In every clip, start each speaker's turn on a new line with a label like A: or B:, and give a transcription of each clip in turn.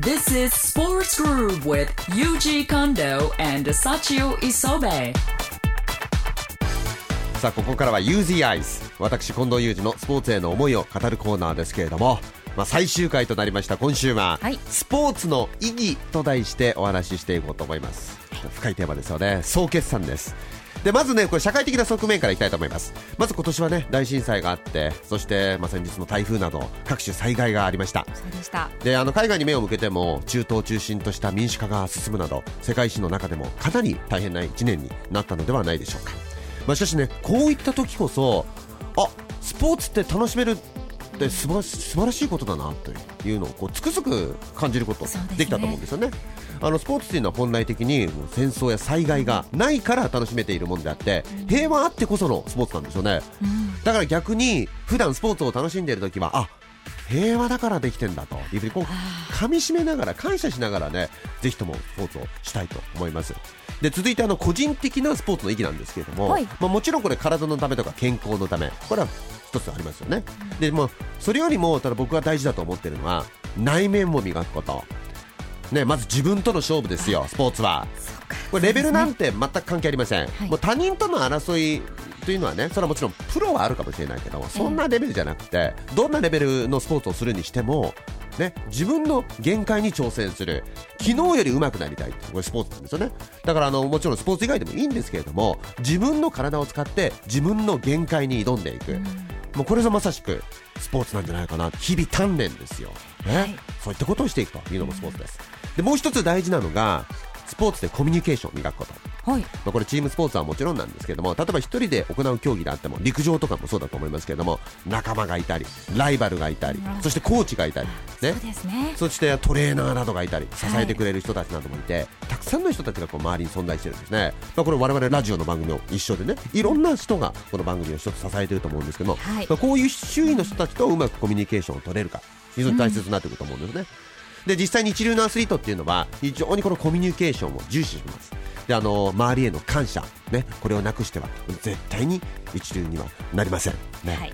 A: This is Sports Groove with Yuji Kondo and Sachio Isobe.
B: さあここからは UZ アイス私近藤裕二のスポーツへの思いを語るコーナーですけれども、まあ、最終回となりました今週は、
C: はい
B: スポーツの意義と題してお話ししていこうと思います深いテーマですよね総決算ですでまずねこれ社会的な側面からいきたいと思いますまず今年はね大震災があってそして、まあ、先日の台風など各種災害がありました
C: そうでした。
B: であの海外に目を向けても中東を中心とした民主化が進むなど世界史の中でもかなり大変な1年になったのではないでしょうか、まあ、しかしねこういった時こそあスポーツって楽しめるって素晴らし素晴らしいことだなというのをこうつくづく感じること
C: そうですね
B: できたと思うんですよね。あのスポーツというのは本来的にもう戦争や災害がないから楽しめているものであって平和あってこそのスポーツなんですよね。だから逆に普段スポーツを楽しんでいる時はあ平和だからできてんだというふうにこう噛み締めながら感謝しながらねぜひともスポーツをしたいと思いますで続いてあの個人的なスポーツの意義なんですけれども、
C: はい
B: まあ、もちろんこれ体のためとか健康のためこれは一つありますよねでもうそれよりもただ僕が大事だと思ってるのは内面を磨くことね、まず自分との勝負ですよ、スポーツは。これレベルなんて全く関係ありません、
C: はい
B: もう他人との争いというのはね、それはもちろんプロはあるかもしれないけど、そんなレベルじゃなくて、どんなレベルのスポーツをするにしても、ね、自分の限界に挑戦する、昨日より上手くなりたいって、これスポーツなんですよね、だからあのもちろんスポーツ以外でもいいんですけれども、自分の体を使って、自分の限界に挑んでいく、もうこれぞまさしくスポーツなんじゃないかな、日々鍛錬ですよ。ね
C: はい
B: そういったことをしていくというのもスポーツです。で、もう一つ大事なのが、スポーツでコミュニケーションを磨くこと。
C: はい。
B: まあ、これチームスポーツはもちろんなんですけども、例えば一人で行う競技であっても、陸上とかもそうだと思いますけども、仲間がいたり、ライバルがいたり、そしてコーチがいたり、ね
C: そう。ですね。
B: そしてトレーナーなどがいたり支えてくれる人たちなどもいて、たくさんの人たちがこう周りに存在してるんですね、まあ、これ我々ラジオの番組を一緒でねいろんな人がこの番組を一つ支えてると思うんですけども、
C: はい
B: まあこういう周囲の人たちとうまくコミュニケーションを取れるか非常に大切になってくると思うんですね、で実際に一流のアスリートっていうのは非常にこのコミュニケーションを重視しますであの周りへの感謝、ね、これをなくしては絶対に一流にはなりません、ね
C: はい。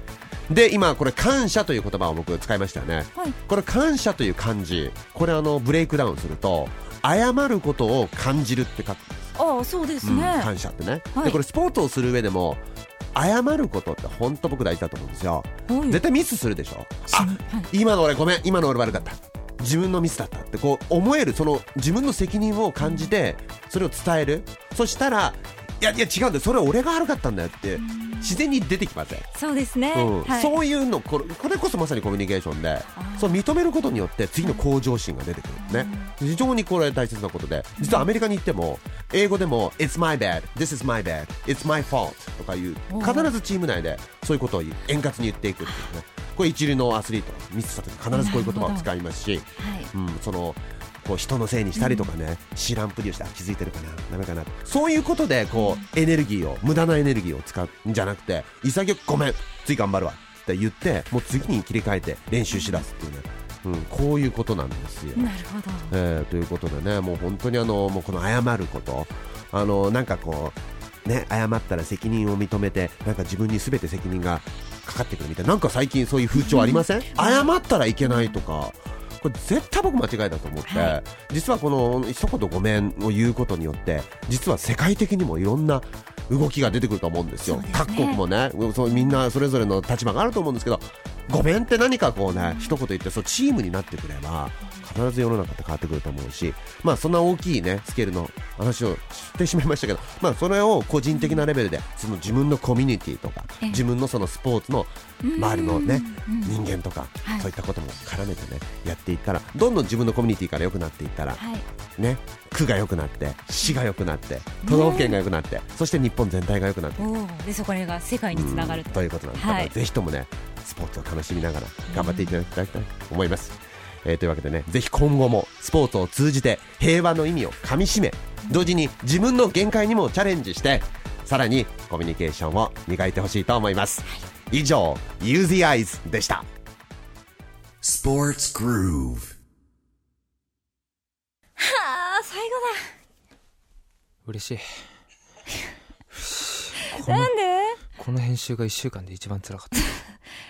B: で今これ感謝という言葉を僕使いましたよね、
C: はい
B: これ感謝という漢字これあのブレイクダウンすると謝ることを感じるって書く、
C: ああ、そうです
B: うん
C: ね。
B: 感謝ってね、
C: はい
B: でこれスポーツをする上でも謝ることって本当僕大事だと思うんですよ、
C: はい
B: 絶対ミスするでしょ
C: し
B: あ
C: はい
B: 今の俺ごめん今の俺悪かった自分のミスだったってこう思えるその自分の責任を感じてそれを伝えるそしたらいやいや違うんだよそれ俺が悪かったんだよって自然に出てきません
C: そうですね。
B: うん
C: はい。
B: そういうのこれこれこそまさにコミュニケーションでそう認めることによって次の向上心が出てくるね非常にこれ大切なことで実はアメリカに行っても英語でも「It's my bad」「This is my bad」「It's my fault」とかいう
C: おー
B: 必ずチーム内でそういうことを言う円滑に言っていくっていうねこれ一流のアスリートミスした時必ずこういう言葉を使いますし
C: はい。
B: うん、そのこう人のせいにしたりとかね、知らんぷりをしてあ気づいてるかなダメかなそういうことでこうエネルギーを無駄なエネルギーを使うんじゃなくて潔くごめん次頑張るわって言ってもう次に切り替えて練習しだすっていうね、うん、こういうことなんですよ。
C: なるほど。
B: えーということでねもう本当にあのもうこの謝ることあのなんかこうね謝ったら責任を認めてなんか自分に全て責任がかかってくるみたいななんか最近そういう風潮ありません謝ったらいけないとかこれ絶対僕間違いだと思って、
C: は
B: 実はこの一言ごめんを言うことによって実は世界的にもいろんな動きが出てくると思うんですよ
C: そうですね
B: 各国もねそうみんなそれぞれの立場があると思うんですけどごめんって何かこうね一言言ってそうチームになってくれば必ず世の中って変わってくると思うしまあそんな大きいねスケールの話をしてしまいましたけどまあそれを個人的なレベルでその自分のコミュニティとか
C: ええ
B: 自分のそのスポーツの周りのね人間とか
C: はい
B: そういったことも絡めてねやっていったらどんどん自分のコミュニティから良くなっていったら
C: はい。
B: ね、区が良くなって市が良くなって都道府県が良くなって、そして日本全体が良くなって
C: おお。で、そこら辺が世界につながる
B: うんということなんです、
C: はい
B: だからぜひともねスポーツを楽しみながら頑張っていただきたいと思います、えーというわけでねぜひ今後もスポーツを通じて平和の意味をかみしめ同時に自分の限界にもチャレンジしてさらにコミュニケーションを磨いてほしいと思います以上 Use the Eyes でした
D: Sports Groove.
C: ああ、最後
E: 嬉しい
C: だ。なんで。
E: この編集が1週間で一番辛かった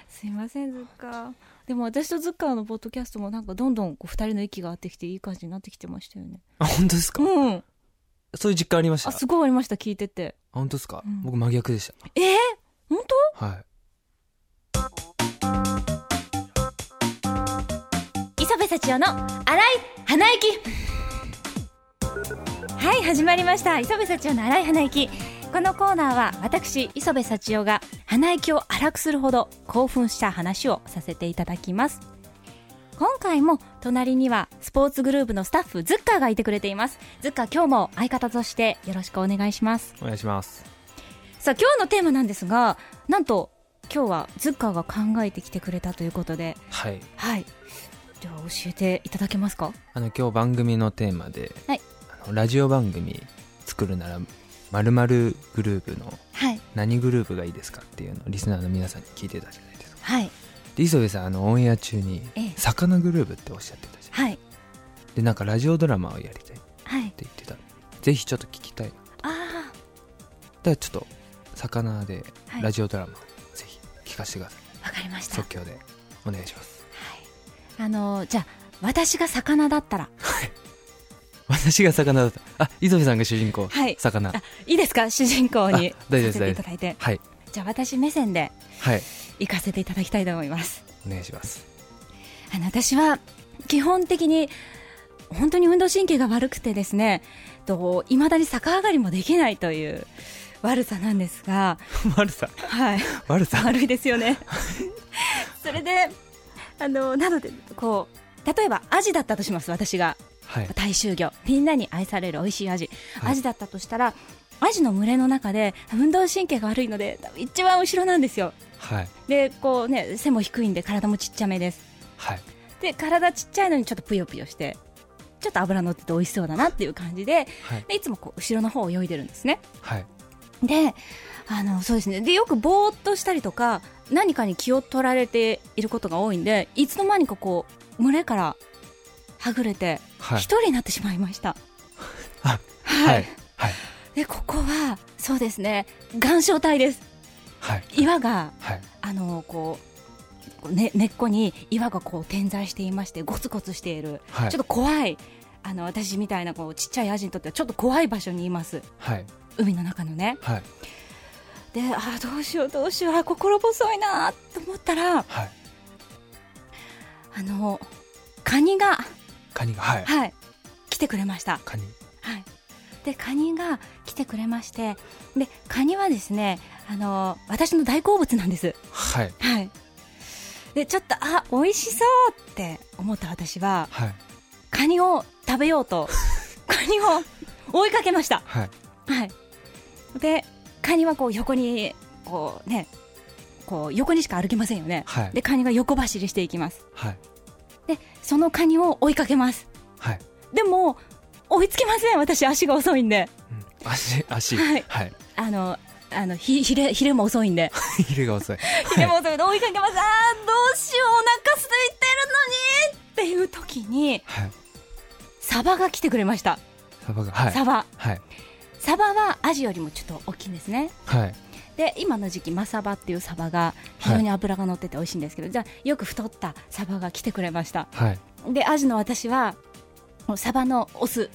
C: すいません、ずっか。でも私とズッカーのポッドキャストもなんかどんどんこう二人の息が合ってきていい感じになってきてましたよね。
E: あ、本当ですか
C: うん。
E: そういう実感ありました。
C: あ、
E: あ、
C: すごいありました、聞いてて。
E: 本当ですか
C: うん
E: 僕真逆でした。
C: えー、本当
E: はい。
C: 磯部幸男の荒い花行きはい始まりました磯部幸男の荒い花行きこのコーナーは私磯部幸男が花行きを荒くするほど興奮した話をさせていただきます今回も隣にはスポーツグループのスタッフズッカーがいてくれていますズッカー今日も相方としてよろしくお願いします
E: お願いします。
C: さあ今日のテーマなんですがなんと今日はズッカーが考えてきてくれたということで
E: はい。
C: はいでは教えていただけますか
E: あの、今日番組のテーマで、
C: はい
E: あのラジオ番組作るなら、〇〇グループの
C: はい
E: 何グループがいいですかっていうのをリスナーの皆さんに聞いてたじゃないですか。
C: はい
E: で、磯部さん、あの、オンエア中に
C: ええ、
E: 魚グループっておっしゃってたじゃ
C: はい
E: ん。で、なんかラジオドラマをやりたいって
C: はい
E: 言ってたのぜひちょっと聞きたい。だか
C: あ
E: らちょっと、魚で
C: はい
E: ラジオドラマ、ぜひ聞かせてください。
C: あわかりました、は
E: 即興でお願いします。
C: い、あのーじゃあ私が魚だったら
E: 私が魚だった。あ、磯部さんが主人公。
C: はい
E: 魚。
C: あいいですか 主人公に
E: あ大丈夫です
C: させていただいて
E: はい。
C: じゃあ私目線で
E: はい。
C: 行かせていただきたいと思います
E: お願いし ます。
C: あの私は基本的に本当に運動神経が悪くてですねいまだに逆上がりもできないという悪さなんですが
E: 悪さ。
C: はい
E: 悪さ。
C: 悪いですよねそれであのなのでこう例えばアジだったとします私が
E: はい。
C: 大衆魚みんなに愛される美味しいアジ、
E: はい
C: アジだったとしたらアジの群れの中で運動神経が悪いので多分一番後ろなんですよ
E: はい。
C: でこうね背も低いんで体もちっちゃめです
E: はい。
C: で体ちっちゃいのにちょっとぷよぷよしてちょっと脂乗ってて美味しそうだなっていう感じで
E: はい。
C: でいつもこう後ろの方を泳いでるんですね
E: はい。
C: であのそうですねでよくぼーっとしたりとか何かに気を取られていることが多いんでいつの間にかこう群れからはぐれて
E: は
C: 一
E: い。
C: 人になってしまいました、
E: あ
C: はい、
E: はい。はい。
C: でここはそうですね岩礁帯です
E: はい。
C: 岩が
E: はい。
C: あのこうこうね、根っこに岩がこう点在していましてゴツゴツしている、
E: はい
C: ちょっと怖いあの私みたいなこうちっちゃいアジにとってはちょっと怖い場所にいます
E: はい。
C: 海の中のね
E: はい。
C: であーどうしようどうしようあー心細いなーと思ったら
E: はい。
C: あのカニが、
E: カニが。はい。
C: はい、来てくれました
E: カニ。
C: はい、でカニが来てくれましてでカニはですねあの私の大好物なんです、
E: はい。
C: はい、でちょっとあ美味しそうって思った私は
E: はい。
C: カニを食べよう とカニを追いかけました、
E: はい。
C: はい、でカニはこう横にこうねこう横にしか歩けませんよね
E: はい。
C: でカニが横走りしていきます
E: はい。
C: でそのカニを追いかけます
E: はい。
C: でも追いつきません私足が遅いんで
E: うん足、足。
C: はい
E: はい。
C: あの、あの、ひ、ひれ、ひれも遅いんで。
E: ヒレ が遅い。
C: ひれも遅いんで追いかけます。あー、どうしよう、お腹空いてるのにっていう時に、
E: はい。
C: サバが来てくれました。
E: サバが。はい。
C: サバ。
E: はい。
C: サバはアジよりもちょっと大きいんですね。
E: はい。
C: で、今の時期、マサバっていうサバが非常に脂が乗ってて美味しいんですけど、じゃあ、よく太ったサバが来てくれました。
E: はい。
C: で、アジの私は、もうサバのオス。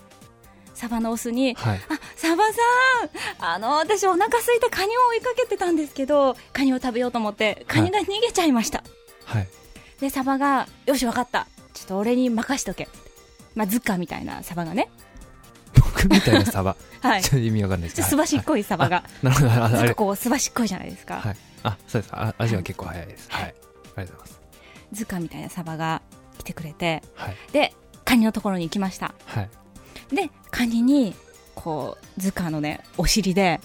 C: サバのオスに、
E: はい。
C: あサバさん、あの私、お腹空いてカニを追いかけてたんですけど、カニを食べようと思って、カニが逃げちゃいました。
E: はい。
C: で、サバが、よし、わかった、ちょっと俺に任しとけ、まあ、ズッカーみたいなサバがね、
E: 僕みたいなサバ。
C: はい、ち
E: ちょっと意味わかんないです
C: ょ
E: け
C: っと
E: ど
C: すばしっこいサバが、
E: はいなるほど。あ
C: な
E: あ
C: ん
E: れ
C: か。こう、すばしっこいじゃないですか、
E: はい。あ、そうです。あ、味は結構早いです。はい。ありがとうございます。
C: ズッカーみたいなサバが来てくれて、
E: はい。
C: で、カニのところに行きました。
E: はい。
C: で、カニに、こう、ズッカーのね、お尻で、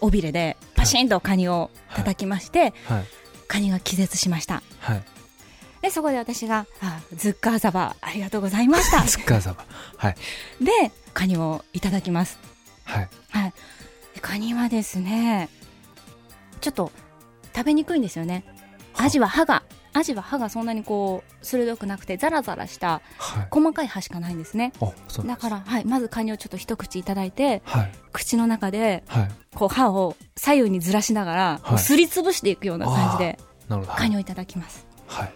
C: 尾びれで、パシンとカニを叩きまして、
E: はい。
C: カニが気絶しました。
E: はい。
C: で、そこで私が、あズッカーサバ、ありがとうございました。
E: スッカーサバ。はい。
C: で、カニをいただきます。
E: はい。
C: はい。でカニはですね、ちょっと食べにくいんですよね。アジは歯が、アジは歯がそんなにこう、鋭くなくて、ザラザラした
E: はい。
C: 細かい歯しかないんですね。
E: あ、そうなん
C: だ
E: です
C: から、はい、まずカニをちょっと一口いただいて、
E: はい。
C: 口の中で、
E: はい。
C: こう歯を左右にずらしながら、
E: はい
C: すりつぶしていくような感じで、
E: なるほど。
C: カニ
E: を。
C: をいただきます。
E: はい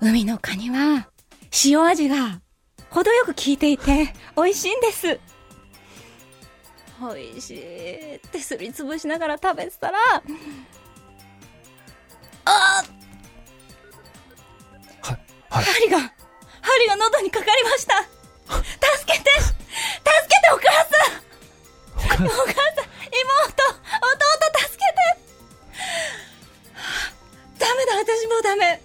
C: 海のカニは塩味が程よく効いていて美味しいんです美味しいってすりつぶしながら食べてたらあー
E: はいはい
C: 針が針が喉にかかりました助けて助けてお母さん
E: お母さ
C: お母さん
E: ん
C: 妹弟助けてダメだ私もうダメ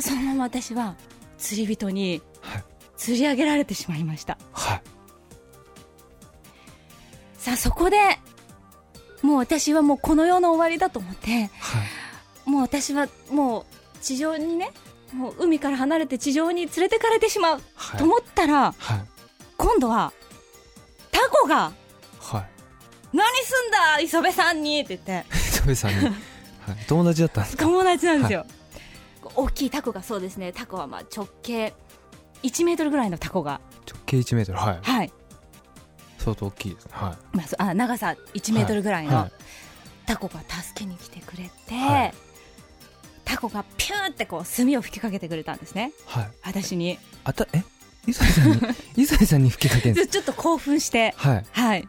C: そのまま私は釣り人に
E: はい
C: 釣り上げられてしまいました
E: はい
C: さあそこでもう私はもうこの世の終わりだと思って
E: はい
C: もう私はもう地上にねもう海から離れて地上に連れてかれてしまう
E: はい
C: と思ったら
E: はい
C: 今度はタコが
E: はい
C: 「何すんだ磯部さんに」って 言って
E: 磯 部さんに、はい、友達だったんですか
C: 友達なんですよ、こう大きいタコがそうですねタコはまあ直径1メートルぐらいのタコが
E: 直径1メートルはい
C: はい、
E: 相当大きいですねは
C: まあそ、あ長さ1
E: い
C: メートルぐらい
E: は
C: のタコが助けに来てくれて、
E: はい
C: タコがピューってこう炭を吹きかけてくれたんですね
E: はい、はい、
C: 私に
E: あたえ磯部さんに磯部さんに吹きかけるんで
C: で
E: す
C: ちょっと興奮して
E: はい
C: はい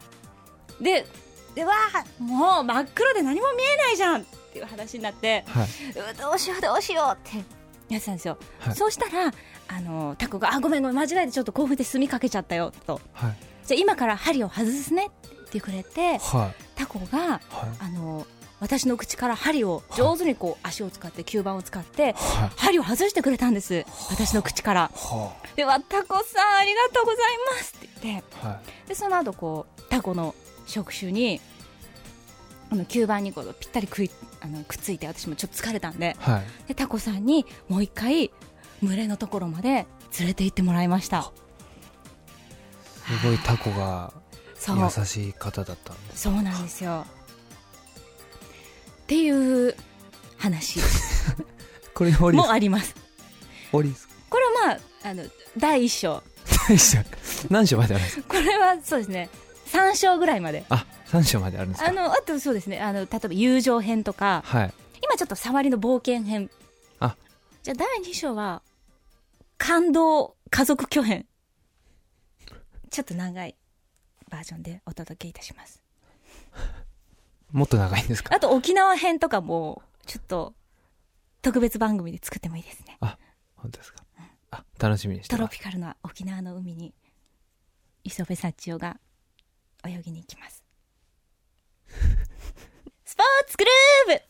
C: ででわあもう真っ黒で何も見えないじゃんっていう話になって
E: はいう
C: わどうしようどうしようってやってたんですよ、
E: はい
C: そうしたらあのタコが「あごめんごめん間違えてちょっと興奮で炭かけちゃったよ」と
E: はい
C: 「じゃあ今から針を外すね」って言ってくれて
E: はい
C: タコが
E: はい
C: あの私の口から針を上手にこう足を使って吸盤を使って
E: はい
C: 針を外してくれたんです私の口から
E: は
C: ではタコさんありがとうございますって言って
E: あはい
C: でその後こうタコの触手にあの吸盤にこうぴったりくいあのくっついて私もちょっと疲れたんで
E: はい
C: でタコさんにもう一回群れのところまで連れて行ってもらいました
E: すごいタコが
C: そう
E: 優しい方だったんです
C: そうなんですよっていう話
E: これオリ
C: もあります
E: オリですか
C: これはまああの第一章
E: 大将何章まであるんですか
C: これはそうですね3章ぐらいまで
E: あ三章まであるんです
C: あ
E: か
C: のあとそうですねあの例えば友情編とか
E: はい
C: 今ちょっと触りの冒険編
E: あ
C: じゃあ第2章は感動家族巨編ちょっと長いバージョンでお届けいたします
E: もっと長いんですか
C: あと沖縄編とかもちょっと特別番組で作ってもいいですね
E: 本当ですかあ楽しみにして
C: トロ
E: ます
C: ピカルな沖縄の海に磯部幸男が 泳ぎに行きますスポーツクルーブ